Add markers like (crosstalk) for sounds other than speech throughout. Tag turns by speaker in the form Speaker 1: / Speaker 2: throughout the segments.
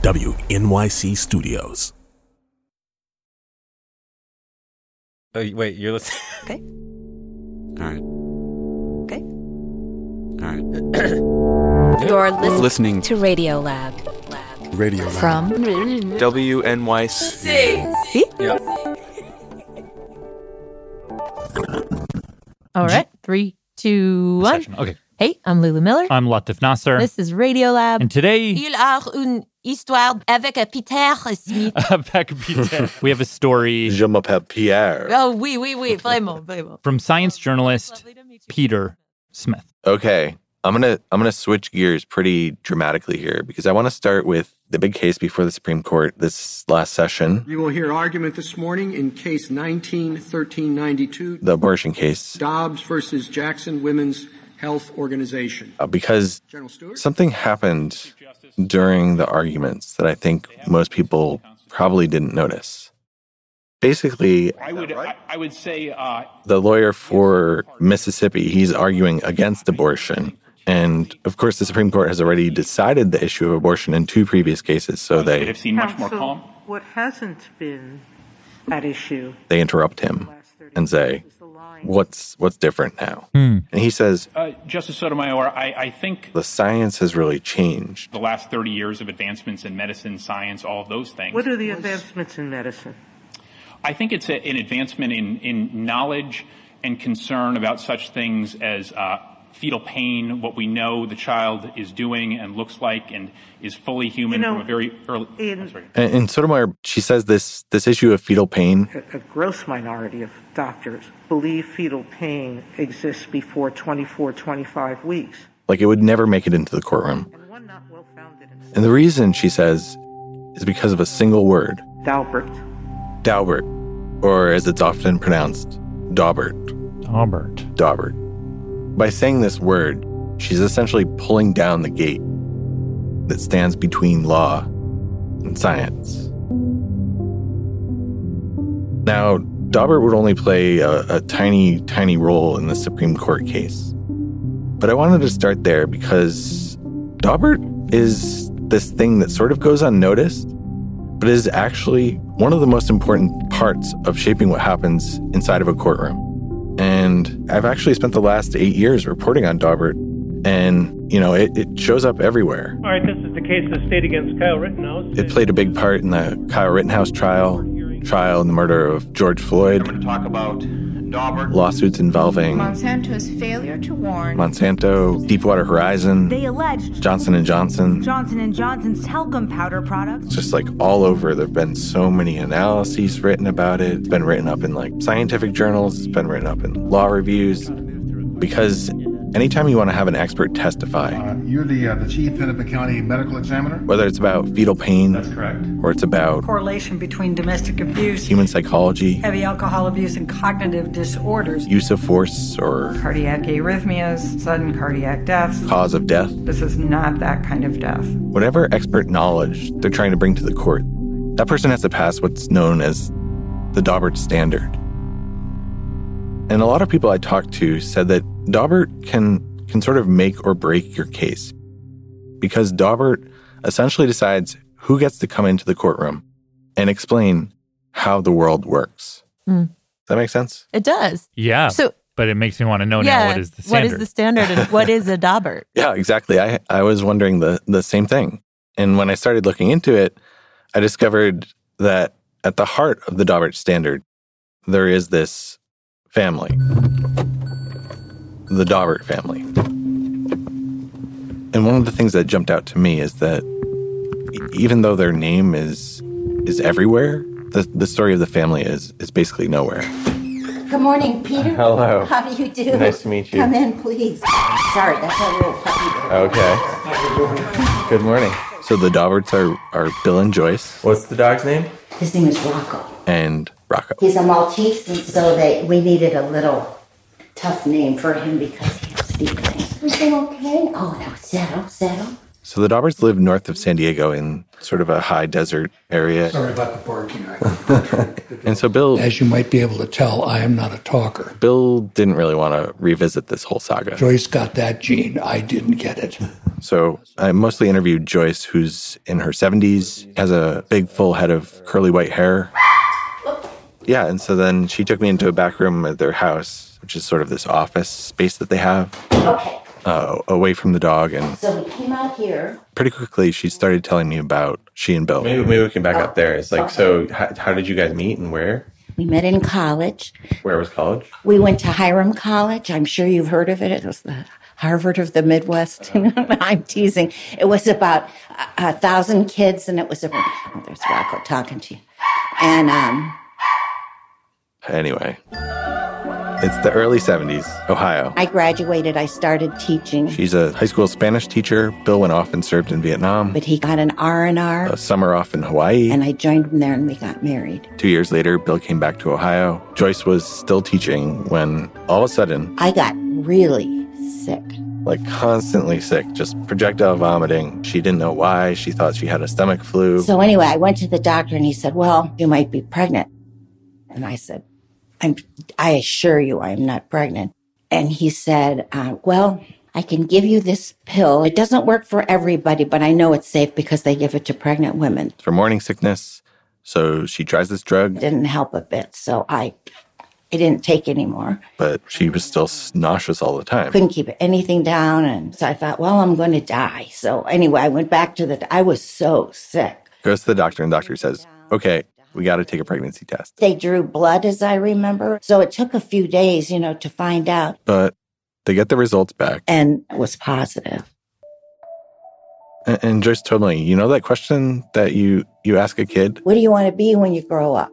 Speaker 1: WNYC Studios.
Speaker 2: Oh, wait, you're listening. (laughs)
Speaker 3: Okay.
Speaker 4: All right.
Speaker 3: Okay.
Speaker 4: All right.
Speaker 3: You're listening,
Speaker 4: Listening
Speaker 3: to Radio Lab.
Speaker 5: Radio Lab.
Speaker 6: From
Speaker 4: WNYC.
Speaker 7: All right. Three, two, one.
Speaker 8: Session. Okay.
Speaker 7: Hey, I'm Lulu Miller.
Speaker 8: I'm Latif Nasser.
Speaker 7: this is Radio Lab.
Speaker 8: and today,
Speaker 7: Il a une histoire avec Peter
Speaker 8: (laughs)
Speaker 7: Smith.
Speaker 8: (laughs) back
Speaker 5: (laughs)
Speaker 8: in Peter, we have a story
Speaker 5: Je m'appelle Pierre.
Speaker 7: oh, oui, oui, oui. Vraiment, vraiment.
Speaker 8: from science journalist
Speaker 7: Lovely to meet you.
Speaker 8: Peter Smith.
Speaker 9: Okay. I'm going to I'm going to switch gears pretty dramatically here because I want to start with the big case before the Supreme Court this last session,
Speaker 10: You will hear argument this morning in case 19-1392,
Speaker 9: the abortion case,
Speaker 10: Dobbs versus Jackson Women's Health Organization.
Speaker 9: uh, because
Speaker 10: General Stewart?
Speaker 9: something happened during the arguments that I think most people probably didn't notice. Basically,
Speaker 11: I would, I, I would say, uh,
Speaker 9: the lawyer for Mississippi, he's arguing against abortion. And of course, the Supreme Court has already decided the issue of abortion in two previous cases, so
Speaker 11: it
Speaker 9: they,
Speaker 11: have seen much more calm.
Speaker 10: What hasn't been at issue
Speaker 9: they interrupt him and say, what's what's different now? And he says
Speaker 11: Uh, Justice Sotomayor, I, I think
Speaker 9: the science has really changed.
Speaker 11: the last 30 years of advancements in medicine, science, all of those things,
Speaker 10: are the advancements in medicine?
Speaker 11: I think it's a, an advancement in, in knowledge and concern about such things as uh, fetal pain, what we know the child is doing and looks like and is fully human
Speaker 10: You know,
Speaker 11: from a very early.
Speaker 10: in-
Speaker 11: I'm sorry.
Speaker 9: And, and Sotomayor, she says this this issue of fetal pain.
Speaker 10: A, a gross minority of doctors believe fetal pain exists before 24, 25 weeks.
Speaker 9: Like it would never make it into the courtroom.
Speaker 10: And one not well founded in
Speaker 9: And the reason she says is because of a single word,
Speaker 10: Daubert.
Speaker 9: Daubert, or as it's often pronounced, Daubert.
Speaker 8: Albert.
Speaker 9: Daubert. By saying this word, she's essentially pulling down the gate that stands between law and science. Now, Daubert would only play a, a tiny, tiny role in the Supreme Court case. But I wanted to start there because Daubert is this thing that sort of goes unnoticed, but is actually one of the most important parts of shaping what happens inside of a courtroom. And I've actually spent the last eight years reporting on Daubert. And, you know, it, it shows up everywhere.
Speaker 10: All right, this is the case of the state against Kyle Rittenhouse.
Speaker 9: It played a big part in the Kyle Rittenhouse trial, trial in the murder of George Floyd,
Speaker 11: to talk about Daubert.
Speaker 9: lawsuits involving
Speaker 3: Monsanto's failure to warn.
Speaker 9: Monsanto, Deepwater Horizon,
Speaker 3: alleged
Speaker 9: Johnson and Johnson.
Speaker 3: Johnson & Johnson's talcum powder products.
Speaker 9: It's just like all over. There've been so many analyses written about it. It's been written up in like scientific journals. It's been written up in law reviews. Because anytime you want to have an expert testify,
Speaker 10: You're the, uh, the chief Hennepin County medical examiner?
Speaker 9: whether it's about fetal pain
Speaker 11: That's correct.
Speaker 9: or it's about
Speaker 10: Correlation between domestic abuse,
Speaker 9: human psychology,
Speaker 10: heavy alcohol abuse, and cognitive disorders.
Speaker 9: use of force, or
Speaker 10: Cardiac arrhythmias, sudden cardiac deaths.
Speaker 9: cause of death,
Speaker 10: This is not that kind of death.
Speaker 9: whatever expert knowledge they're trying to bring to the court, that person has to pass what's known as the Daubert standard. And a lot of people I talked to said that Daubert can can sort of make or break your case because Daubert essentially decides who gets to come into the courtroom and explain how the world works.
Speaker 7: Hmm.
Speaker 9: Does that make sense?
Speaker 7: It does.
Speaker 8: Yeah.
Speaker 7: So,
Speaker 8: but it makes me want to know
Speaker 7: yeah.
Speaker 8: Oh, now what is the standard.
Speaker 7: the standard and
Speaker 8: (laughs)
Speaker 7: what is a Daubert?
Speaker 9: Yeah, exactly. I, I was wondering the, the same thing. And when I started looking into it, I discovered that at the heart of the Daubert standard, there is this family the Daubert family. And one of the things that jumped out to me is that e- even though their name is is everywhere, the, the story of the family is is basically nowhere.
Speaker 3: Good morning, Peter.
Speaker 9: Hello.
Speaker 3: How do you do?
Speaker 9: Nice to meet you.
Speaker 3: Come in, please. Sorry, that's a little puppy.
Speaker 9: Okay. Good morning. So the Dauberts are, are Bill and Joyce.
Speaker 12: What's the dog's name?
Speaker 3: His name is Rocco.
Speaker 9: And Rocco.
Speaker 3: He's a Maltese, and so they we needed a little tough name for him because he has deep things. Everything okay? Oh no, settle, settle.
Speaker 9: So the Dauberts live north of San Diego in sort of a high desert area.
Speaker 13: Sorry about the barking.
Speaker 9: (laughs) and so Bill,
Speaker 13: As you might be able to tell, I am not a talker.
Speaker 9: Bill didn't really want to revisit this whole saga.
Speaker 13: Joyce got that gene. I didn't get it.
Speaker 9: So I mostly interviewed Joyce, who's in her 70s, has a big full head of curly white hair. Yeah, and so then she took me into a back room at their house, which is sort of this office space that they have
Speaker 3: Okay,
Speaker 9: uh, away from the dog. And
Speaker 3: so we came out here.
Speaker 9: pretty quickly, she started telling me about she and Bill.
Speaker 12: Maybe, maybe we can back
Speaker 3: Oh,
Speaker 12: up there. It's like, so how, how did you guys meet and where?
Speaker 3: We met in college.
Speaker 12: Where was college?
Speaker 3: We went to Hiram College. I'm sure you've heard of it. It was the Harvard of the Midwest. (laughs) I'm teasing. It was about a, a thousand kids, and it was a. Oh, there's Rocco talking to you. And um,
Speaker 9: Anyway, it's the early 70s, Ohio.
Speaker 3: I graduated. I started teaching,
Speaker 9: She's a high school Spanish teacher. Bill went off and served in Vietnam,
Speaker 3: but he got an R and R,
Speaker 9: a summer off in Hawaii.
Speaker 3: and I joined him there, and we got married.
Speaker 9: Two years later, Bill came back to Ohio. Joyce was still teaching when all of a sudden,
Speaker 3: I got really sick.
Speaker 9: like constantly sick, just projectile vomiting. She didn't know why. She thought she had a stomach flu.
Speaker 3: So anyway, I went to the doctor and he said, "Well, you might be pregnant." And I said, "I'm I assure you I am not pregnant." And he said, uh, "Well, I can give you this pill. It doesn't work for everybody, but I know it's safe because they give it to pregnant women."
Speaker 9: for morning sickness. So she tries this drug,
Speaker 3: Didn't help a bit, so I I didn't take anymore.
Speaker 9: but she was still s- nauseous all the time.
Speaker 3: Couldn't keep anything down, and so I thought, "Well, I'm going to die." So anyway, I went back to the. I was so sick.
Speaker 9: Goes to the doctor, and the doctor says, Okay, we got to take a pregnancy test.
Speaker 3: They drew blood, as I remember. So it took a few days, you know, to find out.
Speaker 9: But they get the results back.
Speaker 3: and was positive.
Speaker 9: And, and Joyce told me, You know that question that you, you ask a kid?
Speaker 3: What do you want to be when you grow up?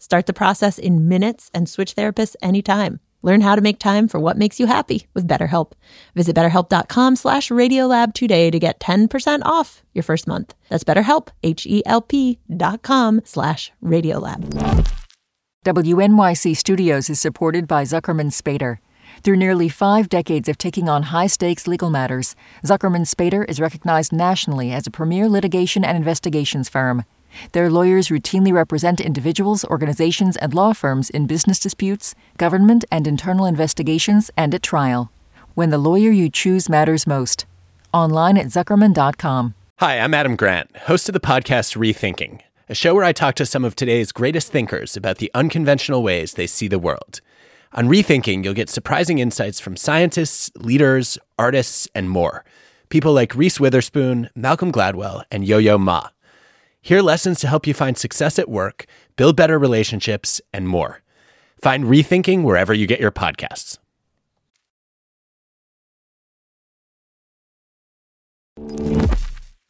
Speaker 7: Start the process in minutes and switch therapists anytime. Learn how to make time for what makes you happy with BetterHelp. Visit betterhelp.com slash radiolab today to get 10% off your first month. That's betterhelp, H-E-L-P dot com slash radiolab.
Speaker 6: WNYC Studios is supported by Zuckerman Spader. Through nearly five decades of taking on high stakes legal matters, Zuckerman Spader is recognized nationally as a premier litigation and investigations firm. Their lawyers routinely represent individuals, organizations, and law firms in business disputes, government and internal investigations, and at trial. When the lawyer you choose matters most. Online at Zuckerman.com.
Speaker 14: Hi, I'm Adam Grant, host of the podcast Rethinking, a show where I talk to some of today's greatest thinkers about the unconventional ways they see the world. On Rethinking, you'll get surprising insights from scientists, leaders, artists, and more. People like Reese Witherspoon, Malcolm Gladwell, and Yo Yo Ma. Hear lessons to help you find success at work, build better relationships, and more. Find Rethinking wherever you get your podcasts.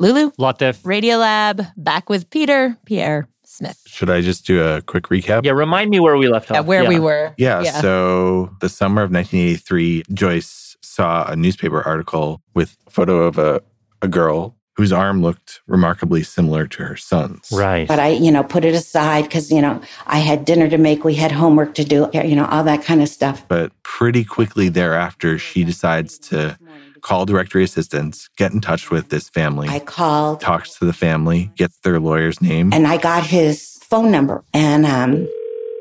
Speaker 7: Lulu,
Speaker 8: Lot diff.
Speaker 7: Radiolab, back with Peter, Pierre, Smith.
Speaker 9: Should I just do a quick recap?
Speaker 8: Yeah, remind me where we left
Speaker 7: Yeah, where we were.
Speaker 9: Yeah, So the summer of 1983, Joyce saw a newspaper article with a photo of a, a girl whose arm looked remarkably similar to her son's.
Speaker 8: Right.
Speaker 3: But I, you know, put it aside because, you know, I had dinner to make, we had homework to do, you know, all that kind of stuff.
Speaker 9: But pretty quickly thereafter, she decides to call directory assistance, get in touch with this family. I
Speaker 3: called.
Speaker 9: Talks to the family, gets their lawyer's name.
Speaker 3: And I got his phone number and um,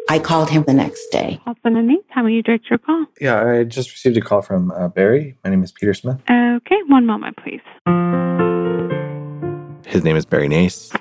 Speaker 3: I called him the next day.
Speaker 15: Husband and Nate, how will you direct your call?
Speaker 9: Yeah, I just received a call from uh, Barry. My name is Peter Smith.
Speaker 15: Okay, one moment, please.
Speaker 9: His name is Barry Nace.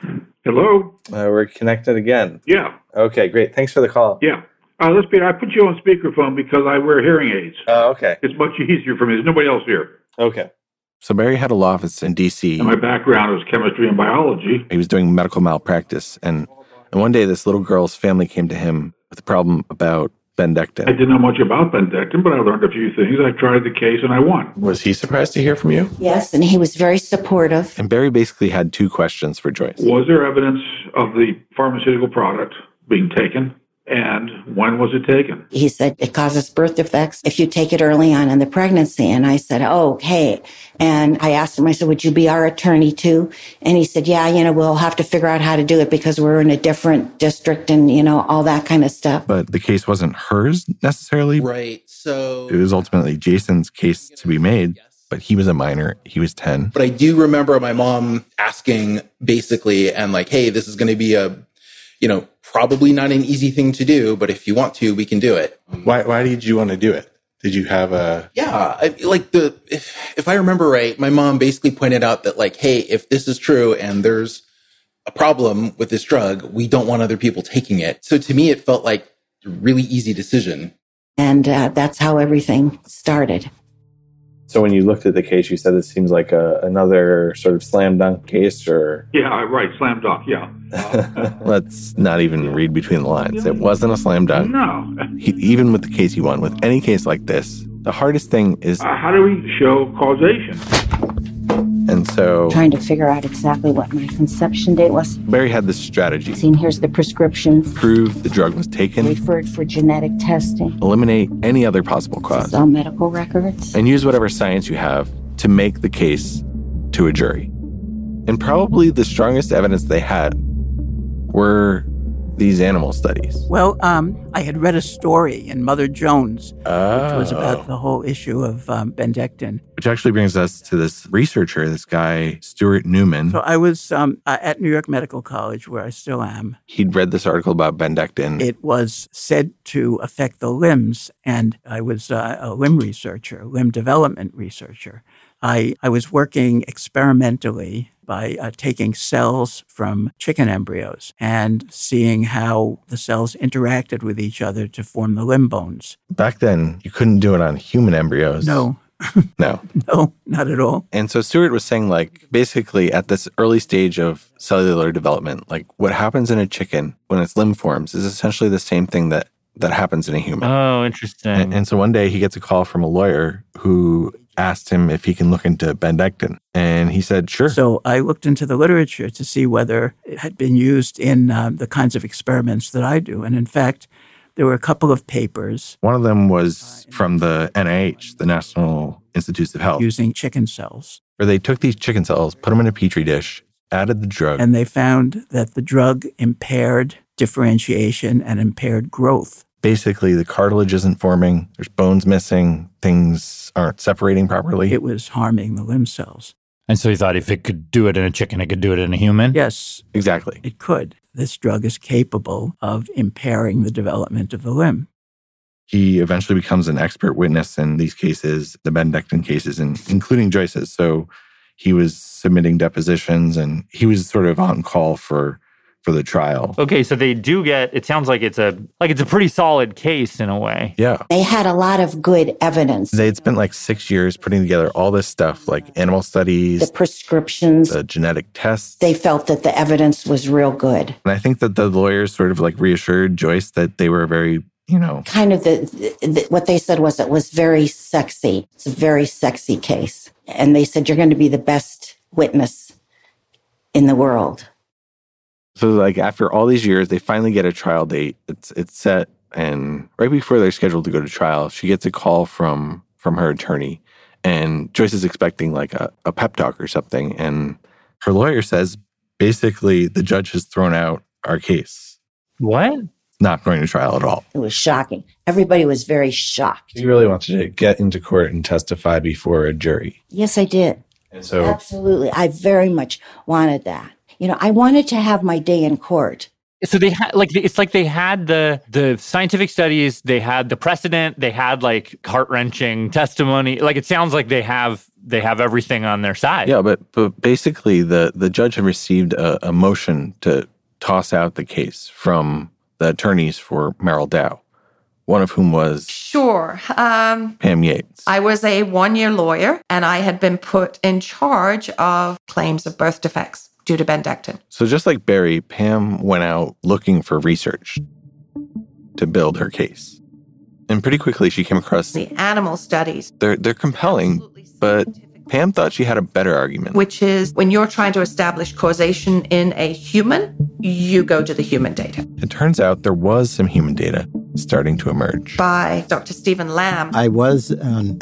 Speaker 16: Hello.
Speaker 9: Uh, we're connected again.
Speaker 16: Yeah.
Speaker 9: Okay, great. Thanks for the call.
Speaker 16: Yeah. Uh, let's be. I put you on speakerphone because I wear hearing aids.
Speaker 9: Oh, okay.
Speaker 16: It's much easier for me. There's nobody else here.
Speaker 9: Okay. So Barry had a law office in D.C.
Speaker 16: And my background is chemistry and biology.
Speaker 9: He was doing medical malpractice, and and one day this little girl's family came to him with a problem about Bendectin.
Speaker 16: I didn't know much about Bendectin, but I learned a few things. I tried the case and I won.
Speaker 9: Was he surprised to hear from you?
Speaker 3: Yes, and he was very supportive.
Speaker 9: And Barry basically had two questions for Joyce.
Speaker 16: Was there evidence of the pharmaceutical product being taken? And when was it taken?
Speaker 3: He said it causes birth defects if you take it early on in the pregnancy. And I said, oh, okay. And I asked him, I said, would you be our attorney too? And he said, yeah, you know, we'll have to figure out how to do it because we're in a different district and, you know, all that kind of stuff.
Speaker 9: But the case wasn't hers necessarily.
Speaker 17: Right. So
Speaker 9: It was ultimately Jason's case to be made, but he was a minor. He was 10.
Speaker 17: But I do remember my mom asking basically and like, hey, this is going to be a, you know, probably not an easy thing to do, but if you want to, we can do it.
Speaker 12: Why, why did you want to do it? Did you have a.
Speaker 17: Yeah. I, like the, if, if I remember right, my mom basically pointed out that like, hey, if this is true and there's a problem with this drug, we don't want other people taking it. So to me, it felt like a really easy decision.
Speaker 3: And uh, that's how everything started.
Speaker 12: So when you looked at the case, you said it seems like a, another sort of slam dunk case or.
Speaker 16: Yeah, right. Slam dunk. Yeah.
Speaker 9: (laughs) Let's not even read between the lines. It wasn't a slam dunk.
Speaker 16: No.
Speaker 9: He, even with the case he won, with any case like this, the hardest thing is.
Speaker 16: Uh, how do we show causation?
Speaker 9: And so
Speaker 3: Trying to figure out exactly what my conception date was.
Speaker 9: Barry had this strategy
Speaker 3: Seen here's the prescription
Speaker 9: prove the drug was taken,
Speaker 3: referred for genetic testing.
Speaker 9: eliminate any other possible cause,
Speaker 3: All medical records.
Speaker 9: and use whatever science you have to make the case to a jury. And probably the strongest evidence they had were these animal studies.
Speaker 18: Well, um, I had read a story in Mother Jones, which was about the whole issue of um, Bendectin.
Speaker 9: Which actually brings us to this researcher, this guy, Stuart Newman.
Speaker 18: So I was um, uh, at New York Medical College, where I still am.
Speaker 9: He'd read this article about Bendectin.
Speaker 18: It was said to affect the limbs, and I was uh, a limb researcher, limb development researcher. I, I was working experimentally by uh, taking cells from chicken embryos and seeing how the cells interacted with each other to form the limb bones.
Speaker 9: Back then, you couldn't do it on human embryos.
Speaker 18: No,
Speaker 9: No.
Speaker 18: no, not at all.
Speaker 9: And so Stewart was saying, like, basically at this early stage of cellular development, like what happens in a chicken when its limb forms is essentially the same thing that that happens in a human.
Speaker 8: Oh, interesting.
Speaker 9: And, and so one day he gets a call from a lawyer who asked him if he can look into bendectin, and he said, "Sure."
Speaker 18: So I looked into the literature to see whether it had been used in um, the kinds of experiments that I do. And in fact, there were a couple of papers
Speaker 9: One of them was from the NIH, the National Institutes of Health,
Speaker 18: using chicken cells.
Speaker 9: where they took these chicken cells, put them in a petri dish, added the drug,
Speaker 18: And they found that the drug impaired differentiation and impaired growth.
Speaker 9: basically the cartilage isn't forming, there's bones missing, things aren't separating properly.
Speaker 18: It was harming the limb cells.
Speaker 8: And so he thought if it could do it in a chicken, it could do it in a human.
Speaker 18: Yes,
Speaker 9: exactly.
Speaker 18: it could. This drug is capable of impairing the development of the limb.
Speaker 9: He eventually becomes an expert witness in these cases, the Bendectin cases, and including Joyce's. So he was submitting depositions and he was sort of on call for for the trial.
Speaker 8: Okay, so they do get. It sounds like it's a like it's a pretty solid case in a way.
Speaker 9: Yeah.
Speaker 3: They had a lot of good evidence.
Speaker 9: They had spent like six years putting together all this stuff, like animal
Speaker 3: The
Speaker 9: studies,
Speaker 3: prescriptions,
Speaker 9: the genetic tests.
Speaker 3: they felt that the evidence was real good.
Speaker 9: And I think that the lawyers sort of like reassured Joyce that they were very, you know,
Speaker 3: Kind of the, the, what they said was it was very sexy. It's a very sexy case. And they said, you're going to be the best witness in the world.
Speaker 9: So like after all these years, they finally get a trial date. It's it's set, and right before they're scheduled to go to trial, she gets a call from from her attorney, and Joyce is expecting like a, a pep talk or something, and her lawyer says basically the judge has thrown out our case.
Speaker 8: What?
Speaker 9: Not going to trial at all.
Speaker 3: It was shocking. Everybody was very shocked.
Speaker 12: You really wanted to get into court and testify before a jury.
Speaker 3: Yes, I did.
Speaker 12: And so.
Speaker 3: Absolutely. I very much wanted that. You know, I wanted to have my day in court.
Speaker 8: So they had like it's like they had the the scientific studies, they had the precedent, they had like heart wrenching testimony. Like it sounds like they have they have everything on their side.
Speaker 9: Yeah, but but basically the the judge had received a, a motion to toss out the case from the attorneys for Merrill Dow, one of whom was
Speaker 19: Sure. Um,
Speaker 9: Pam Yates.
Speaker 19: I was a one year lawyer and I had been put in charge of claims of birth defects due to Bendectin.
Speaker 9: So, just like Barry, Pam went out looking for research to build her case. And pretty quickly, she came across
Speaker 19: the animal studies,
Speaker 9: they're they're compelling, but Pam thought she had a better argument.
Speaker 19: which is when you're trying to establish causation in a human, you go to the human data
Speaker 9: It turns out there was some human data starting to emerge.
Speaker 19: by Dr. Stephen Lamb.
Speaker 20: I was an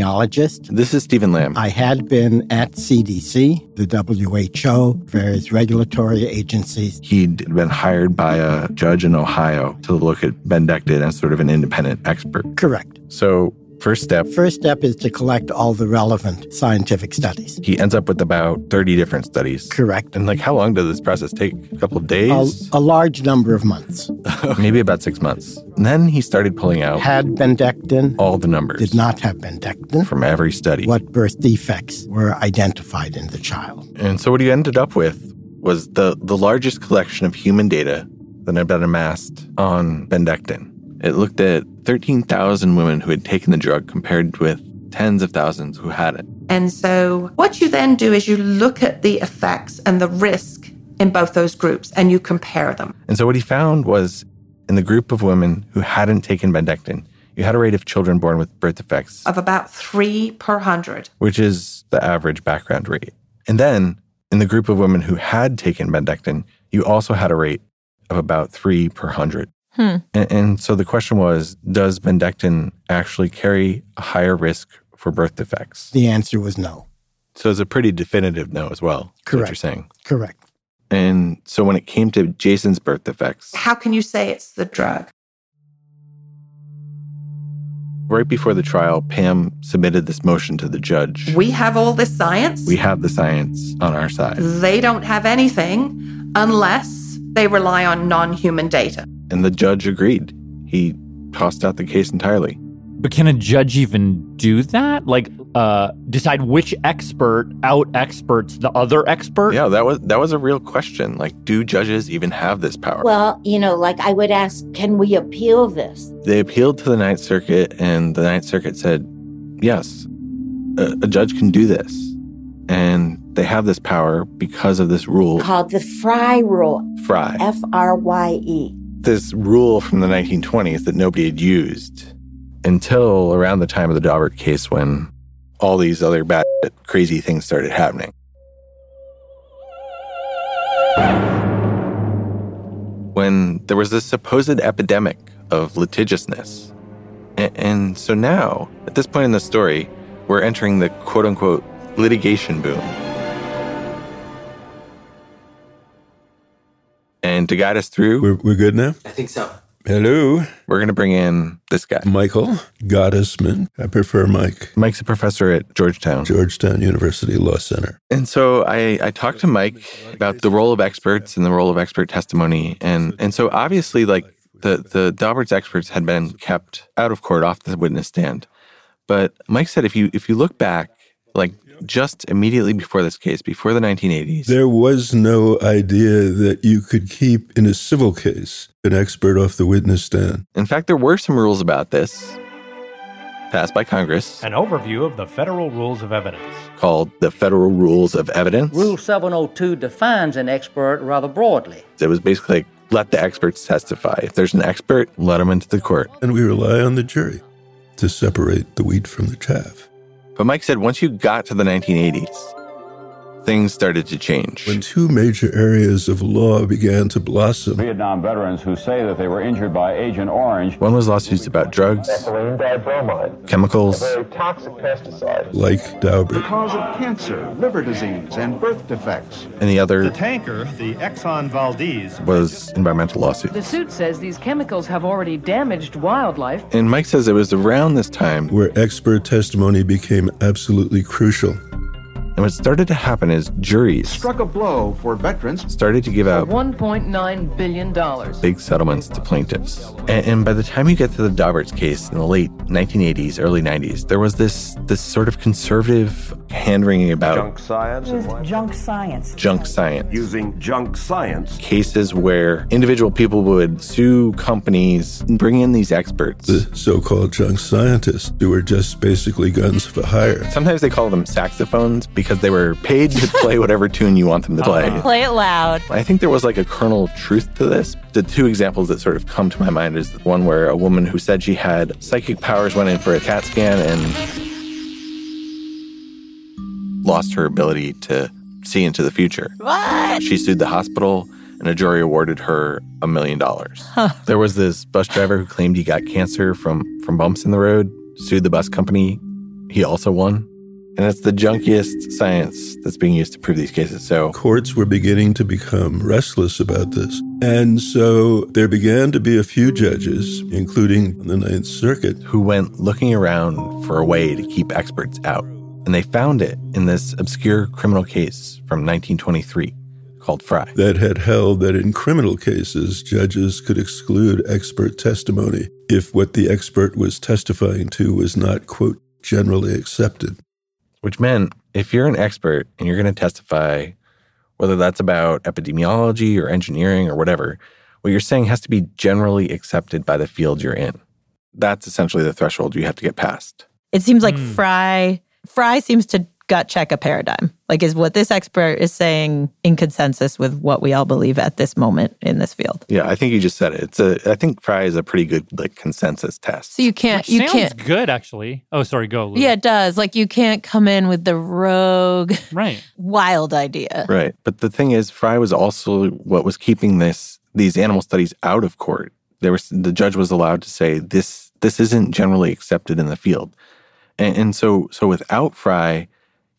Speaker 20: epidemiologist.
Speaker 9: This is Stephen Lamb.
Speaker 20: I had been at CDC, the WHO, various regulatory agencies.
Speaker 9: He'd been hired by a judge in Ohio to look at Bendectin as sort of an independent expert.
Speaker 20: Correct.
Speaker 9: So, first step,
Speaker 20: First step is to collect all the relevant scientific studies.
Speaker 9: he ends up with about 30 different studies.
Speaker 20: Correct.
Speaker 9: And like, how long does this process take? A couple of
Speaker 20: A,
Speaker 9: days?
Speaker 20: a large number of months.
Speaker 9: (laughs) Maybe about six months. And then he started pulling out
Speaker 20: Had bendectin,
Speaker 9: Oh. all the numbers
Speaker 20: did not have bendectin.
Speaker 9: from every study.
Speaker 20: What birth defects were identified in the child?
Speaker 9: And so, what he ended up with was the, the largest collection of human data that had been amassed on Bendectin. It looked at 13,000 women who had taken the drug compared with tens of thousands who hadn't.
Speaker 19: And so, what you then do is you look at the effects and the risk in both those groups and you compare them.
Speaker 9: And so what he found was in the group of women who hadn't taken Bendectin, you had a rate of children born with birth defects,
Speaker 19: of about three per 100.
Speaker 9: which is the average background rate. And then in the group of women who had taken Bendectin, you also had a rate of about three per hundred.
Speaker 7: Hmm.
Speaker 9: And, and so the question was Does Bendectin actually carry a higher risk for birth defects?
Speaker 20: The answer was no.
Speaker 9: So it's a pretty definitive no as well. is What you're
Speaker 20: Correct.
Speaker 9: saying.
Speaker 20: Correct.
Speaker 9: And so when it came to Jason's birth defects,
Speaker 19: How can you say it's the drug?
Speaker 9: right before the trial, Pam submitted this motion to the judge.
Speaker 19: We have all this science.
Speaker 9: We have the science on our side.
Speaker 19: they don't have anything unless they rely on non human data.
Speaker 9: And the judge agreed. He tossed out the case entirely.
Speaker 8: But can a judge even do that? Like, uh, decide which expert out experts the other expert?
Speaker 9: Yeah, that was that was a real question. Like, do judges even have this power?
Speaker 3: Well, you know, like I would ask, can we appeal this?
Speaker 9: They appealed to the Ninth Circuit, and the Ninth Circuit said, yes, a, a judge can do this. And they have this power because of this rule,
Speaker 3: Called the Fry Rule,
Speaker 9: Fry.
Speaker 3: F R Y E.
Speaker 9: this rule from the 1920s that nobody had used until around the time of the Daubert case when all these other bad crazy things started happening. When there was this supposed epidemic of litigiousness. A- and so now, at this point in the story, we're entering the quote unquote litigation boom. And to guide us through,
Speaker 21: We're, we're good now?
Speaker 4: I think so.
Speaker 21: Hello.
Speaker 9: We're going to bring in this guy,
Speaker 21: Michael Gottesman. I prefer Mike.
Speaker 9: Mike's a professor at Georgetown.
Speaker 21: Georgetown University Law Center.
Speaker 9: And so I, I talked to Mike about the role of experts and the role of expert testimony. And and so obviously like the, the Daubert's experts had been kept out of court off the witness stand. But Mike said if you if you look back, like just immediately before this case, before the nineteen eighties,
Speaker 21: There was no idea that you could keep in a civil case an expert off the witness stand.
Speaker 9: in fact there were some rules about this passed by Congress
Speaker 22: An overview of the federal rules of evidence.
Speaker 9: called the Federal Rules of Evidence.
Speaker 23: Rule 702 defines an expert rather broadly.
Speaker 9: It was basically like let the experts testify. If there's an expert, let them into the court.
Speaker 21: And we rely on the jury to separate the wheat from the chaff.
Speaker 9: But Mike said once you got to the 1980s, things started to change.
Speaker 21: When two major areas of law began to blossom,
Speaker 24: Vietnam veterans who say that they were injured by Agent Orange.
Speaker 9: One was lawsuits about drugs, chemicals,
Speaker 24: toxic pesticide.
Speaker 21: like Daubert,
Speaker 25: Cause of cancer, liver disease, and birth defects.
Speaker 9: and the other
Speaker 24: tanker, the Exxon Valdez.
Speaker 9: was environmental lawsuits.
Speaker 26: The suit says these chemicals have already damaged wildlife.
Speaker 9: And Mike says it was around this time
Speaker 21: where expert testimony became absolutely crucial.
Speaker 9: And what started to happen is juries
Speaker 25: Struck a blow for veterans.
Speaker 9: started to give out
Speaker 26: $1.9 billion. dollars.
Speaker 9: big settlements to plaintiffs. And, and by the time you get to the Dauberts case in the late 1980s, early 90s, there was this this sort of conservative hand wringing about
Speaker 1: junk science.
Speaker 2: Used junk science.
Speaker 9: junk science.
Speaker 1: Using junk science.
Speaker 9: Cases where individual people would sue companies and bring in these experts.
Speaker 21: The so called junk scientists who were just basically guns for hire.
Speaker 9: Sometimes they call them saxophones because they were paid to play whatever tune you want them
Speaker 7: (laughs)
Speaker 9: to play.
Speaker 7: Oh, Play it loud.
Speaker 9: I think there was like a kernel of truth to this. The two examples that sort of come to my mind is the one where a woman who said she had psychic powers went in for a CAT scan and lost her ability to see into the future.
Speaker 7: What?
Speaker 9: She sued the hospital, and a jury awarded her a million dollars. There was this bus driver who claimed he got cancer from from bumps in the road. Sued the bus company. He also won. And it's the junkiest science that's being used to prove these cases. So
Speaker 21: Courts were beginning to become restless about this. And so there began to be a few judges, including the Ninth Circuit,
Speaker 9: who went looking around for a way to keep experts out. And they found it in this obscure criminal case from 1923 called Fry.
Speaker 21: that had held that in criminal cases, judges could exclude expert testimony if what the expert was testifying to was not, quote, generally accepted.
Speaker 9: which meant if you're an expert and you're going to testify, whether that's about epidemiology or engineering or whatever, what you're saying has to be generally accepted by the field you're in. That's essentially the threshold you have to get past.
Speaker 7: It seems like
Speaker 8: Hmm.
Speaker 7: Fry Fry seems to gut check a paradigm. Like is what this expert is saying in consensus with what we all believe at this moment in this field.
Speaker 9: Yeah, I think you just said it. It's a I think Fry is a pretty good like consensus test.
Speaker 7: So you can't
Speaker 8: Which
Speaker 7: you
Speaker 8: sounds
Speaker 7: can't
Speaker 8: good, actually. Oh, sorry, go. Lou.
Speaker 7: Yeah, it does. Like you can't come in with the rogue (laughs)
Speaker 8: right.
Speaker 7: wild idea.
Speaker 9: Right. But the thing is Fry was also what was keeping this these animal studies out of court. There was the judge was allowed to say this this isn't generally accepted in the field. And, and so so without Fry,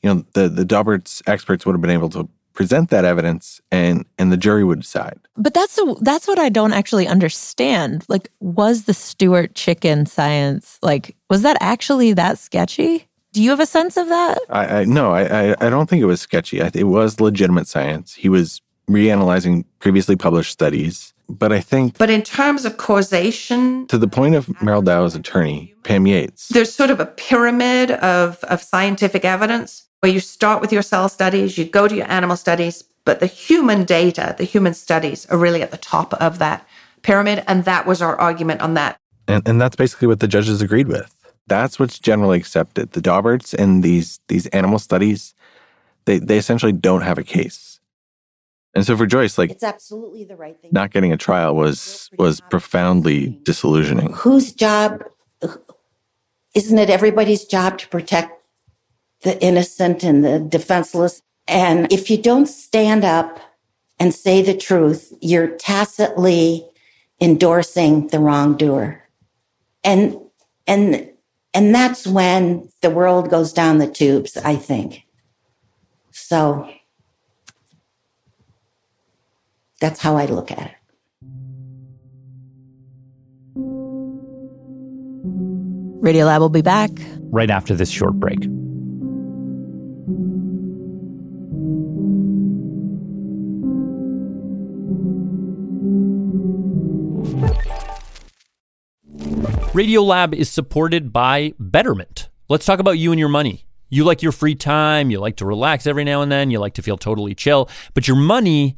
Speaker 9: you know, the the Daubert's experts would have been able to present that evidence and and the jury would decide.
Speaker 7: But that's the that's what I don't actually understand. Like was the Stewart chicken science like was that actually that sketchy? Do you have a sense of that?
Speaker 9: I, I no, I, I I don't think it was sketchy. I, it was legitimate science. He was reanalyzing previously published studies, but I think
Speaker 19: But in terms of causation,
Speaker 9: to the point of Merrill Dow's attorney, Pam Yates,
Speaker 19: there's sort of a pyramid of, of scientific evidence where you start with your cell studies, you go to your animal studies, but the human data, the human studies are really at the top of that pyramid. And that was our argument on that.
Speaker 9: and, and that's basically what the judges agreed with. That's what's generally accepted. The Dauberts and these these animal studies, they they essentially don't have a case. And so for Joyce, like
Speaker 3: It's absolutely the right thing.
Speaker 9: not getting a trial was was profoundly disillusioning.
Speaker 3: Whose job isn't it everybody's job to protect the innocent and the defenseless? And if you don't stand up and say the truth, you're tacitly endorsing the wrongdoer. And and and that's when the world goes down the tubes, I think. So that's how I look at it.
Speaker 7: Radiolab will be back.
Speaker 8: Right after this short break.
Speaker 5: Radiolab is supported by Betterment. Let's talk about you and your money. You like your free time, you like to relax every now and then, you like to feel totally chill, but your money,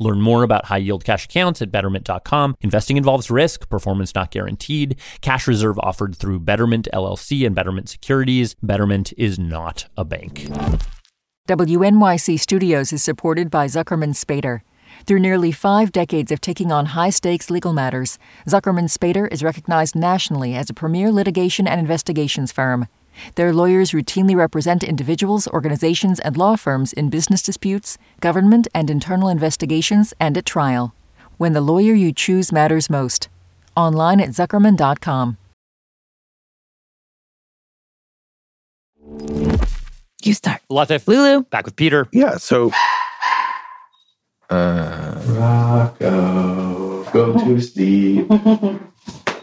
Speaker 5: Learn more about high yield cash accounts at betterment.com. Investing involves risk, performance not guaranteed, cash reserve offered through Betterment LLC and Betterment Securities. Betterment is not a bank.
Speaker 6: WNYC Studios is supported by Zuckerman Spader. Through nearly five decades of taking on high stakes legal matters, Zuckerman Spader is recognized nationally as a premier litigation and investigations firm. Their lawyers routinely represent individuals, organizations, and law firms in business disputes, government and internal investigations, and at trial. When the lawyer you choose matters most. Online at zuckerman.com.
Speaker 7: You start.
Speaker 8: Latte.
Speaker 7: Lulu.
Speaker 8: Back with Peter.
Speaker 9: Yeah, so.
Speaker 12: Uh, Rocco, go to sleep.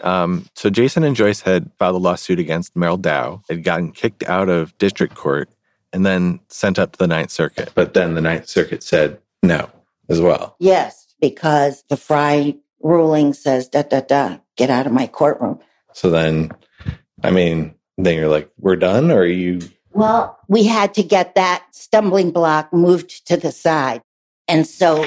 Speaker 9: Um, so Jason and Joyce had filed a lawsuit against Merrill Dow. They'd gotten kicked out of district court and then sent up to the Ninth Circuit.
Speaker 12: But then the Ninth Circuit said no as well.
Speaker 3: Yes, because the Fry ruling says, da, da, da, get out of my courtroom.
Speaker 12: So then, I mean, then you're like, we're done, or are you?
Speaker 3: Well, we had to get that stumbling block moved to the side. And so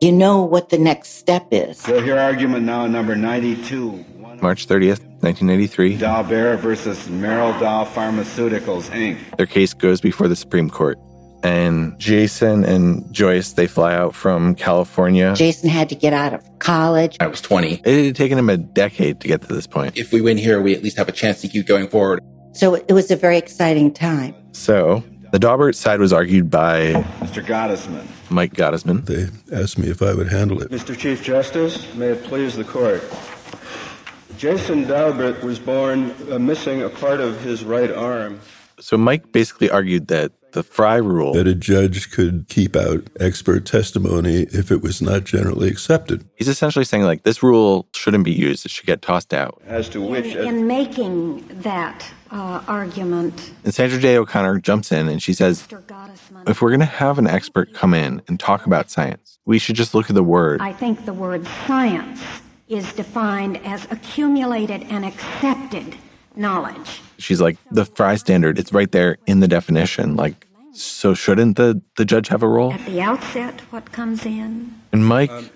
Speaker 3: you know what the next step is.
Speaker 24: We'll hear argument now, number 92.
Speaker 9: March 30th, 1983,
Speaker 24: Daubert versus Merrill Dow Pharmaceuticals, Inc.
Speaker 9: their case goes before the Supreme Court. And Jason and Joyce, they fly out from California.
Speaker 3: Jason had to get out of college.
Speaker 17: I was 20.
Speaker 9: It had taken him a decade to get to this point.
Speaker 17: If we win here, we at least have a chance to keep going forward.
Speaker 3: So it was a very exciting time.
Speaker 9: So the Daubert side was argued by
Speaker 24: Mr. Gottesman.
Speaker 9: Mike Gottesman.
Speaker 21: They asked me if I would handle it.
Speaker 24: Mr. Chief Justice, may it please the court. Jason Daubert was born uh, missing a part of his right arm.
Speaker 9: So Mike basically argued that the Fry rule,
Speaker 21: That a judge could keep out expert testimony if it was not generally accepted.
Speaker 9: he's essentially saying like this rule shouldn't be used. It should get tossed out.
Speaker 24: As to
Speaker 2: In,
Speaker 24: which,
Speaker 2: in making that uh, argument,
Speaker 9: And Sandra Day O'Connor jumps in and she says,
Speaker 2: Mr. Gottesman,
Speaker 9: if we're going to have an expert come in and talk about science, we should just look at the word.
Speaker 2: I think the word science is defined as accumulated and accepted knowledge.
Speaker 9: She's like, the Fry standard, it's right there in the definition. Like, so shouldn't the, the judge have a role?
Speaker 2: At the outset, what comes in?
Speaker 9: And Mike
Speaker 2: Um,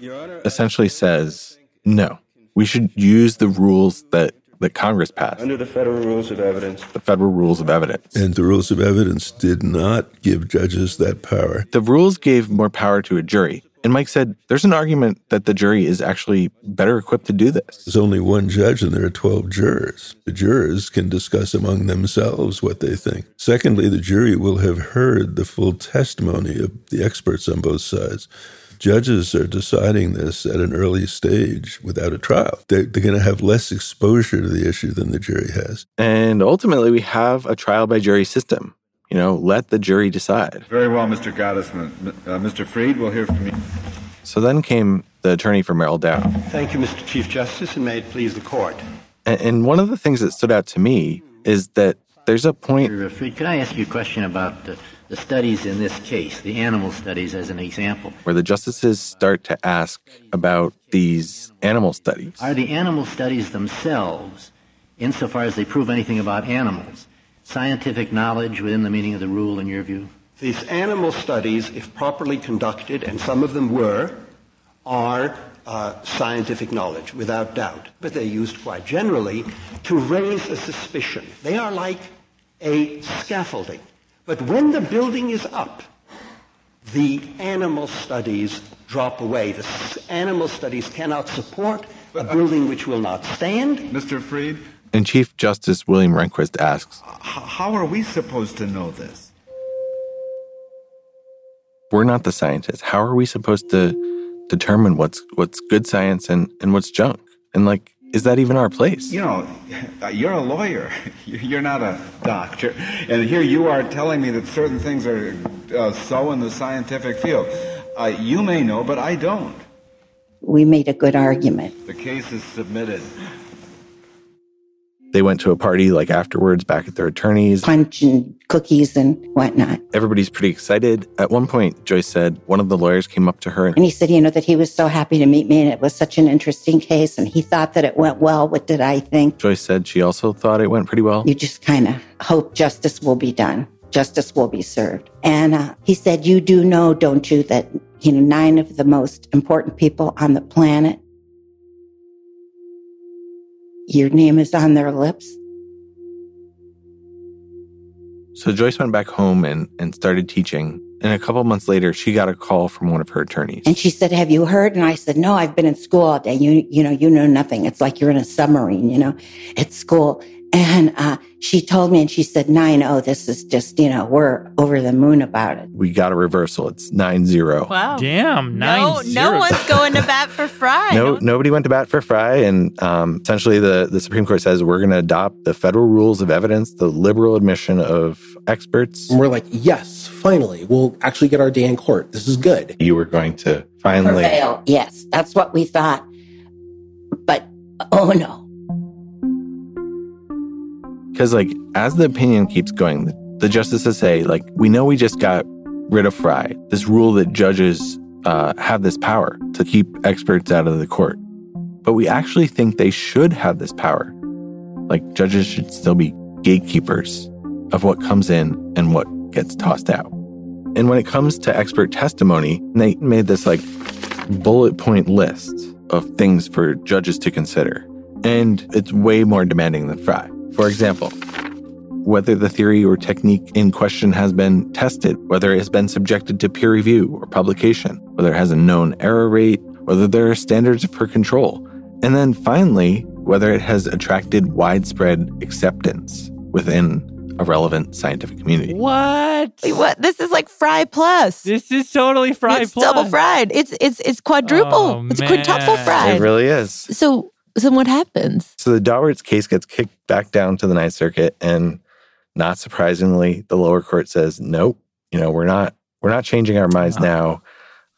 Speaker 9: essentially says, no, we should use the rules that, that Congress passed,
Speaker 24: under the federal rules of evidence,
Speaker 9: the federal rules of evidence.
Speaker 21: And the rules of evidence did not give judges that power.
Speaker 9: The rules gave more power to a jury. And Mike said, there's an argument that the jury is actually better equipped to do this.
Speaker 21: There's only one judge and there are 12 jurors. The jurors can discuss among themselves what they think. Secondly, the jury will have heard the full testimony of the experts on both sides. Judges are deciding this at an early stage without a trial. They're, they're going to have less exposure to the issue than the jury has.
Speaker 9: And ultimately, we have a trial by jury system. You know, let the jury decide.
Speaker 24: Very well, Mr. Gottesman. M- Uh, Mr. Freed, we'll hear from you.
Speaker 9: So then came the attorney for Merrill Dow.
Speaker 24: Thank you, Mr. Chief Justice, and may it please the court.
Speaker 9: And, and one of the things that stood out to me is that there's a point.
Speaker 10: Reed, could I ask you a question about the, the studies in this case, the animal studies as an example?
Speaker 9: Where the justices start to ask about these animal studies.
Speaker 10: Are the animal studies themselves, insofar as they prove anything about animals, scientific knowledge within the meaning of the rule, in your view?
Speaker 24: These animal studies, if properly conducted, and some of them were, are uh, scientific knowledge, without doubt. But they're used quite generally to raise a suspicion. They are like a scaffolding. But when the building is up, the animal studies drop away. The s- animal studies cannot support a building which will not stand. Mr. Freed?
Speaker 9: And Chief Justice William Rehnquist asks,
Speaker 24: How are we supposed to know this?
Speaker 9: We're not the scientists. How are we supposed to determine what's what's good science and, and what's junk? And like, is that even our place?
Speaker 24: You know, (laughs) you're a lawyer. (laughs) You're not a doctor. And here you are telling me that certain things are uh, so in the scientific field. Uh, you may know, but I don't.
Speaker 3: We made a good argument.
Speaker 24: The case is submitted.
Speaker 9: They went to a party like afterwards back at their attorney's.
Speaker 3: Punch and cookies and whatnot.
Speaker 9: Everybody's pretty excited. At one point, Joyce said one of the lawyers came up to her
Speaker 3: And he said, you know, that he was so happy to meet me and it was such an interesting case. And he thought that it went well. What did I think?
Speaker 9: Joyce said she also thought it went pretty well.
Speaker 3: You just kind of hope justice will be done, justice will be served. And uh, he said, you do know, don't you, that, you know, nine of the most important people on the planet, your name is on their lips.
Speaker 9: So Joyce went back home and, and started teaching. And a couple months later, she got a call from one of her attorneys.
Speaker 3: And she said, Have you heard? And I said, No, I've been in school all day. You, you know, you know nothing. It's like you're in a submarine, you know, at school. And uh, she told me, and she said, 9 0, this is just, you know, we're over the moon about it.
Speaker 9: We got a reversal. It's 9 0.
Speaker 7: Wow.
Speaker 8: Damn,
Speaker 7: No, no one's going to bat for Fry.
Speaker 9: No, nobody went to bat for Fry, and um, essentially the, the Supreme Court says we're going to adopt the federal rules of evidence, the liberal admission of experts.
Speaker 17: And we're like, yes, finally, we'll actually get our day in court. This is good.
Speaker 9: You were going to finally.
Speaker 3: Prevail. Yes, that's what we thought. But oh no.
Speaker 9: Because, like, as the opinion keeps going, the, the justices say, like, we know we just got rid of Fry, this rule that judges uh, have this power to keep experts out of the court. But we actually think they should have this power. Like, judges should still be gatekeepers of what comes in and what gets tossed out. And when it comes to expert testimony, they made this like bullet point list of things for judges to consider. And it's way more demanding than Fry. For example, whether the theory or technique in question has been tested, whether it has been subjected to peer review or publication, whether it has a known error rate, whether there are standards for control, and then finally, whether it has attracted widespread acceptance within a relevant scientific community.
Speaker 8: What?
Speaker 7: What? This is like Fry Plus.
Speaker 8: This is totally Fry
Speaker 7: it's double fried. It's it's it's quadruple.
Speaker 8: Oh,
Speaker 7: it's quadruple
Speaker 8: man.
Speaker 7: fried.
Speaker 9: It really is.
Speaker 7: so so what happens?
Speaker 9: So the Dawbert's case gets kicked back down to the Ninth Circuit, and not surprisingly, the lower court says, "Nope, you know we're not we're not changing our minds now."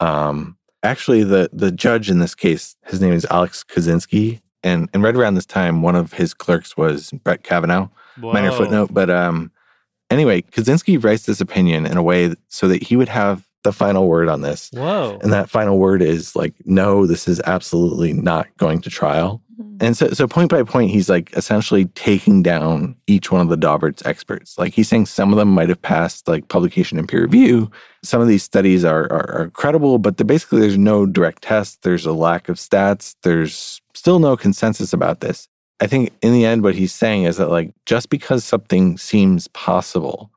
Speaker 9: Um, actually, the the judge in this case, his name is Alex Kaczynski, and and right around this time, one of his clerks was Brett Kavanaugh. Minor
Speaker 11: Whoa.
Speaker 9: footnote, but um, anyway, Kaczynski writes this opinion in a way so that he would have the final word on this.
Speaker 21: Oh.
Speaker 11: Whoa.
Speaker 9: And that final word is like, no, this is absolutely not going to trial. And so, so point by point, he's like essentially taking down each one of the Daubert's experts. Like he's saying some of them might have passed like publication and peer review. Some of these studies are are, are credible, but they're basically there's no direct test. There's a lack of stats. There's still no consensus about this. I think in the end, what he's saying is that like just because something seems possible,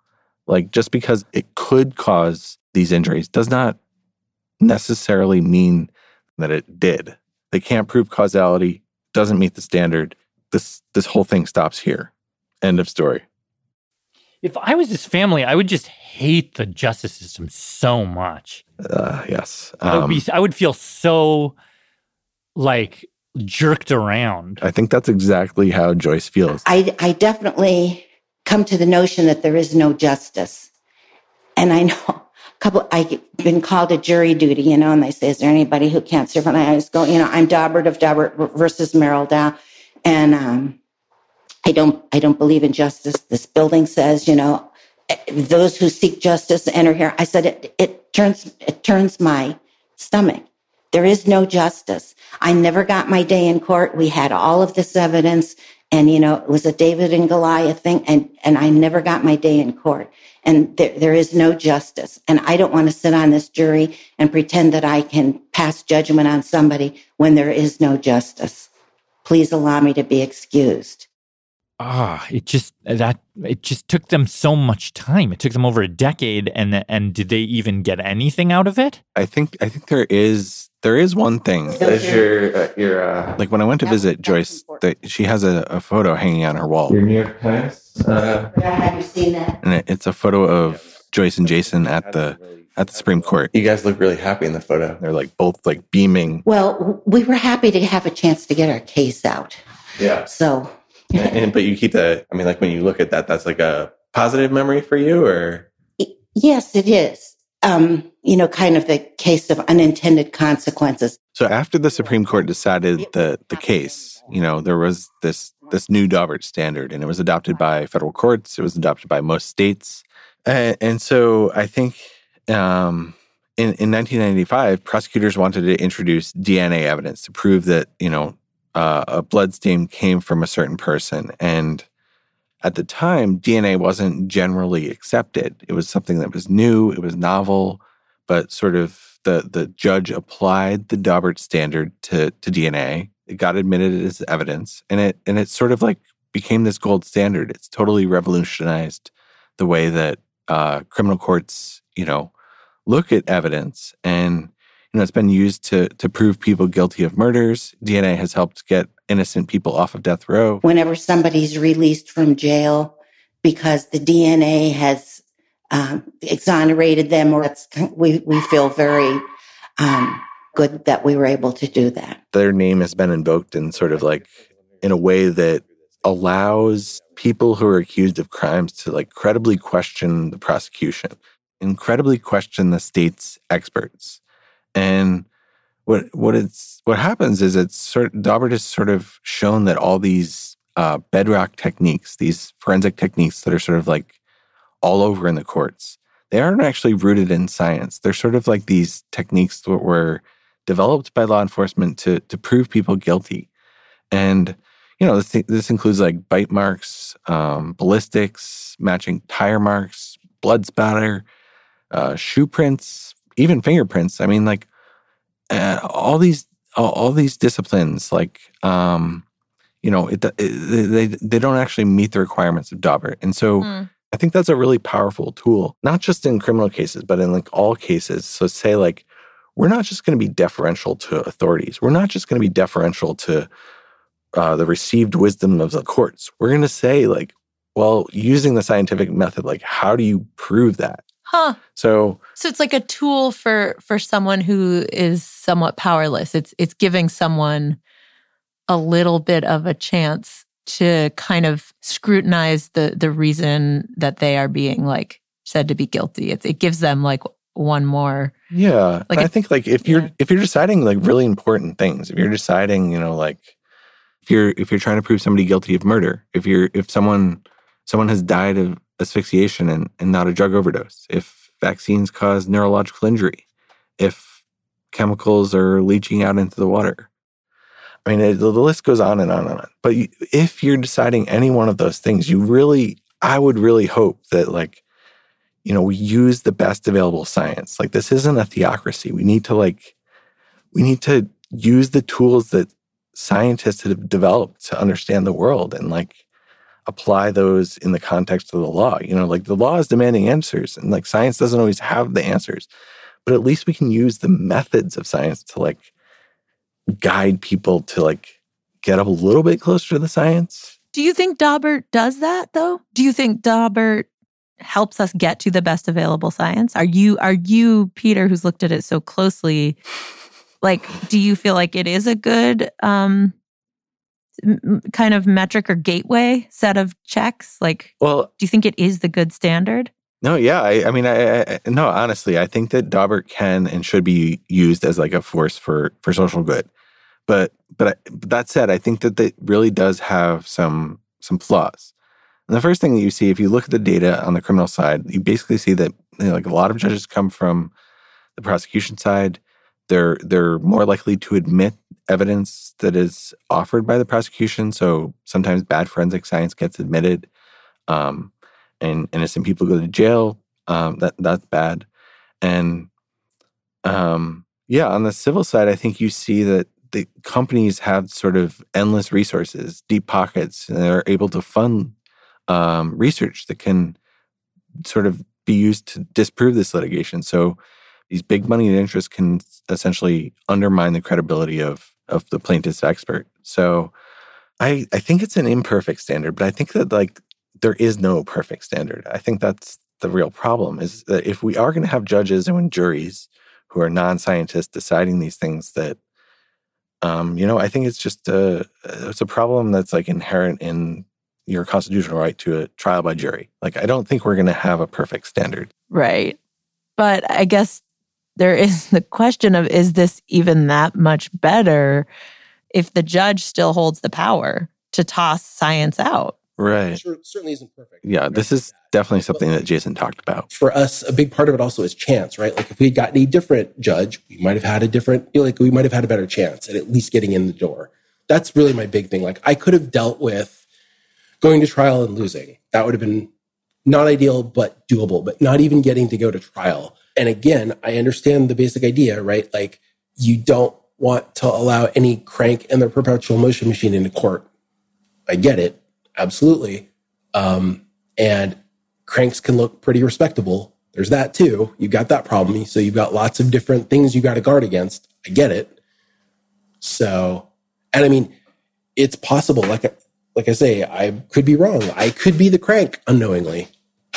Speaker 9: like just because it could cause these injuries, does not necessarily mean that it did. They can't prove causality, doesn't meet the standard. This this whole thing stops here. End of story.
Speaker 8: If I was his family, I would just hate the justice system so much.
Speaker 9: Uh, yes.
Speaker 8: I, would
Speaker 9: Um,
Speaker 8: be, I would feel so like jerked around.
Speaker 9: I think that's exactly how Joyce feels.
Speaker 3: I, I definitely come to the notion that there is no justice. And I know a couple, I've been called to jury duty, you know, and they say, is there anybody who can't serve? And I always go, you know, I'm Daubert of Daubert versus Merrill Dow. And, um, I don't, I don't believe in justice. This building says, you know, those who seek justice enter here. I said, it, it turns, it turns my stomach. There is no justice. I never got my day in court. We had all of this evidence and, you know, it was a David and Goliath thing. And, and I never got my day in court and there, there is no justice. And I don't want to sit on this jury and pretend that I can pass judgment on somebody when there is no justice. Please allow me to be excused.
Speaker 8: Ah, it just that it just took them so much time. It took them over a decade, and and did they even get anything out of it?
Speaker 9: I think I think there is there is one thing.
Speaker 8: That's your-
Speaker 9: uh, your uh, like when I went to visit Joyce, that she has a, a photo hanging on her wall. Your New York Times. Uh,
Speaker 3: Have you seen that?
Speaker 9: and it, it's a photo of Joyce and Jason at the at the Supreme Court. You guys look really happy in the photo. They're like both like beaming.
Speaker 3: Well, w- we were happy to have a chance to get our case out.
Speaker 12: Yeah.
Speaker 3: So
Speaker 12: and, and- but you keep that. I mean, like when you look at that, that's like a positive memory for you, or
Speaker 3: yes, it is. Um, you know, kind of the case of unintended consequences.
Speaker 9: So after the Supreme Court decided the the case, you know, there was this this new Daubert standard, and it was adopted by federal courts. It was adopted by most states, and, and so I think um, in in 1995, prosecutors wanted to introduce DNA evidence to prove that you know uh, a blood stain came from a certain person, and at the time, DNA wasn't generally accepted. It was something that was new, it was novel, but sort of the the judge applied the Daubert standard to to DNA. It got admitted as evidence, and it and it sort of like became this gold standard. It's totally revolutionized the way that uh, criminal courts, you know, look at evidence. And You know, it's been used to to prove people guilty of murders. DNA has helped get innocent people off of death row.
Speaker 3: Whenever somebody's released from jail because the DNA has um, exonerated them, or it's, we we feel very um, good that we were able to do that.
Speaker 9: Their name has been invoked in sort of like in a way that allows people who are accused of crimes to like credibly question the prosecution, incredibly question the state's experts. And what what it's what happens is it's sort Daubert has sort of shown that all these uh, bedrock techniques, these forensic techniques that are sort of like all over in the courts, they aren't actually rooted in science. They're sort of like these techniques that were developed by law enforcement to to prove people guilty. And you know, this, this includes like bite marks, um, ballistics, matching tire marks, blood spatter, uh, shoe prints, even fingerprints. I mean, like uh, all these all, all, these disciplines, like um, you know, it, it, they they don't actually meet the requirements of Daubert, and so. Mm. I think that's a really powerful tool, not just in criminal cases, but in like all cases. So say like, we're not just going to be deferential to authorities. We're not just going to be deferential to uh, the received wisdom of the courts. We're going to say, like, well, using the scientific method, like, how do you prove that?
Speaker 7: Huh.
Speaker 9: So,
Speaker 7: so it's like a tool for for someone who is somewhat powerless. It's it's giving someone a little bit of a chance to kind of scrutinize the the reason that they are being like said to be guilty. It's, it gives them like one more.
Speaker 9: Yeah,
Speaker 7: like
Speaker 9: I think like if you're yeah. if you're deciding like really important things, if you're deciding, you know, like if you're if you're trying to prove somebody guilty of murder, if you're if someone someone has died of asphyxiation and, and not a drug overdose, if vaccines cause neurological injury, if chemicals are leaching out into the water. I mean, it, the list goes on and on and on. But you, if you're deciding any one of those things, you really, I would really hope that, like, you know, we use the best available science. Like, this isn't a theocracy. We need to, like, we need to use the tools that scientists have developed to understand the world and like apply those in the context of the law. You know, like the law is demanding answers and like science doesn't always have the answers, but at least we can use the methods of science to like guide people to like get up a little bit closer to the science.
Speaker 7: Do you think Daubert does that though? Do you think Daubert helps us get to the best available science? Are you are you Peter who's looked at it so closely like do you feel like it is a good um m- kind of metric or gateway set of checks like
Speaker 9: well
Speaker 7: do you think it is the good standard
Speaker 9: no yeah i, I mean I, I, no honestly i think that daubert can and should be used as like a force for for social good but but, I, but that said i think that it really does have some some flaws and the first thing that you see if you look at the data on the criminal side you basically see that you know, like a lot of judges come from the prosecution side they're they're more likely to admit evidence that is offered by the prosecution. So sometimes bad forensic science gets admitted, um, and innocent people go to jail. Um, that that's bad, and um, yeah, on the civil side, I think you see that the companies have sort of endless resources, deep pockets, and they're able to fund um, research that can sort of be used to disprove this litigation. So these big money and interests can essentially undermine the credibility of of the plaintiff's expert. So I I think it's an imperfect standard, but I think that like there is no perfect standard. I think that's the real problem is that if we are going to have judges and juries who are non-scientists deciding these things that um, you know, I think it's just a it's a problem that's like inherent in your constitutional right to a trial by jury. Like I don't think we're going to have a perfect standard.
Speaker 7: Right. But I guess there is (laughs) the question of is this even that much better if the judge still holds the power to toss science out?
Speaker 9: Right.
Speaker 17: Sure, certainly isn't perfect.
Speaker 9: Yeah, this is definitely something that Jason talked about.
Speaker 17: For us, a big part of it also is chance, right? Like if we had gotten a different judge, we might have had a different, you know, like we might have had a better chance at at least getting in the door. That's really my big thing. Like I could have dealt with going to trial and losing. That would have been not ideal, but doable, but not even getting to go to trial. And again, I understand the basic idea, right? Like you don't want to allow any crank and their perpetual motion machine into court. I get it. Absolutely. Um, and cranks can look pretty respectable. There's that too. You've got that problem. So you've got lots of different things you got to guard against. I get it. So, and I mean, it's possible. Like, I- like I say, I could be wrong. I could be the crank unknowingly.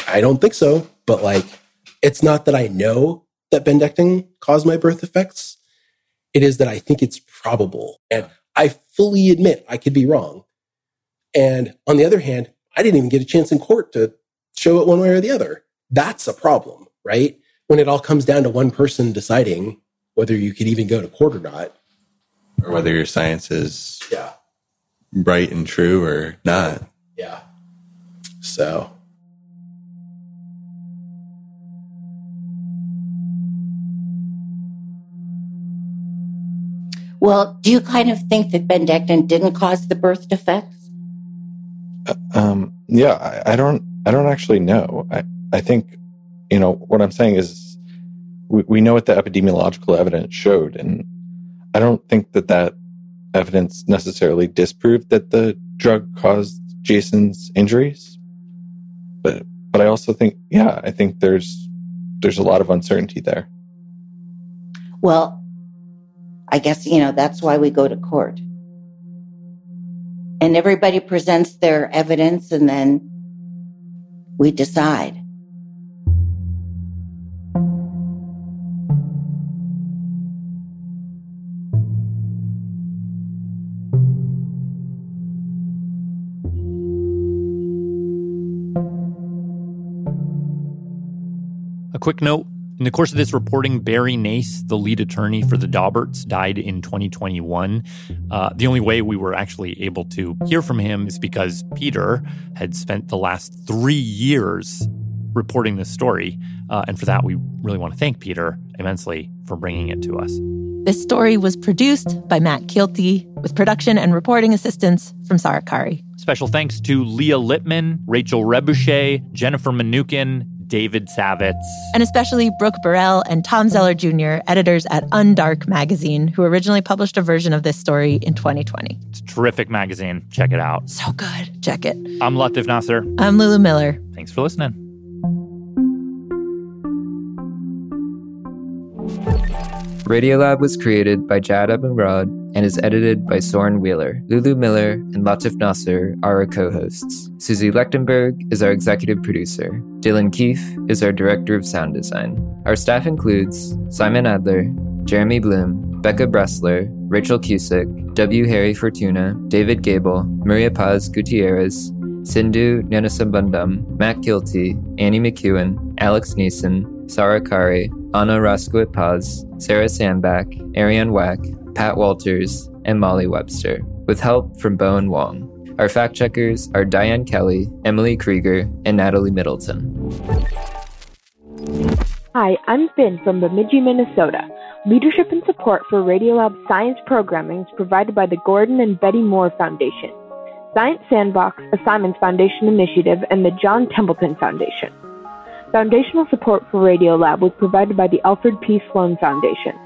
Speaker 17: I don't think so, but like, it's not that I know that Bendectin caused my birth defects. It is that I think it's probable. And I fully admit I could be wrong. And on the other hand, I didn't even get a chance in court to show it one way or the other. That's a problem, right? When it all comes down to one person deciding whether you could even go to court or not.
Speaker 27: or whether your science is
Speaker 17: Yeah.
Speaker 27: right and true or not.
Speaker 17: Yeah. So.
Speaker 3: Well, do you kind of think that Bendectin didn't cause the birth defects?
Speaker 9: Um, yeah, I, I don't, I don't actually know. I, I think, you know, what I'm saying is, we, we know what the epidemiological evidence showed, and I don't think that that evidence necessarily disproved that the drug caused Jason's injuries. But, but I also think, yeah, I think there's, there's a lot of uncertainty there.
Speaker 3: Well, I guess, you know, that's why we go to court. And everybody presents their evidence and then we decide.
Speaker 8: A quick note in the course of this reporting, Barry Nace, the lead attorney for the Dauberts, died in 2021. Uh, the only way we were actually able to hear from him is because Peter had spent the last three years reporting this story. Uh, and for that, we really want to thank Peter immensely for bringing it to us.
Speaker 7: This story was produced by Matt Kielty with production and reporting assistance from Sarakari.
Speaker 8: Special thanks to Leah Littman, Rachel Trebuchet, Jennifer Manukin, David Savitz.
Speaker 7: And especially Brooke Burrell and Tom Zeller Jr., editors at Undark magazine, who originally published a version of this story in 2020.
Speaker 8: It's a terrific magazine. Check it out.
Speaker 7: So good. Check it.
Speaker 8: I'm Latif Nasser.
Speaker 7: I'm Lulu Miller.
Speaker 8: Thanks for listening.
Speaker 13: Radiolab was created by Jad Abumrad and is edited by Soren Wheeler. Lulu Miller and Latif Nasser are our co hosts. Susie Lechtenberg is our executive producer. Dylan Keefe is our director of sound design. Our staff includes Simon Adler, Jeremy Bloom, Becca Bressler, Rachel Cusick, W. Harry Fortuna, David Gable, Maria Paz Gutierrez, Sindhu Nanasabundam, Matt Kilty, Annie McEwen, Alex Neeson, Sarah Kari, Anna Roscowit Paz, Sarah Sandback, Ariane Wack, Pat Walters, and Molly Webster, with help from Bowen Wong. Our fact checkers are Diane Kelly, Emily Krieger, and Natalie Middleton.
Speaker 28: Hi, I'm Finn from Bemidji, Minnesota. Leadership and support for Radiolab science programming is provided by the Gordon and Betty Moore Foundation, Science Sandbox, a Simons Foundation initiative, and the John Templeton Foundation. Foundational support for Radiolab was provided by the Alfred P. Sloan Foundation.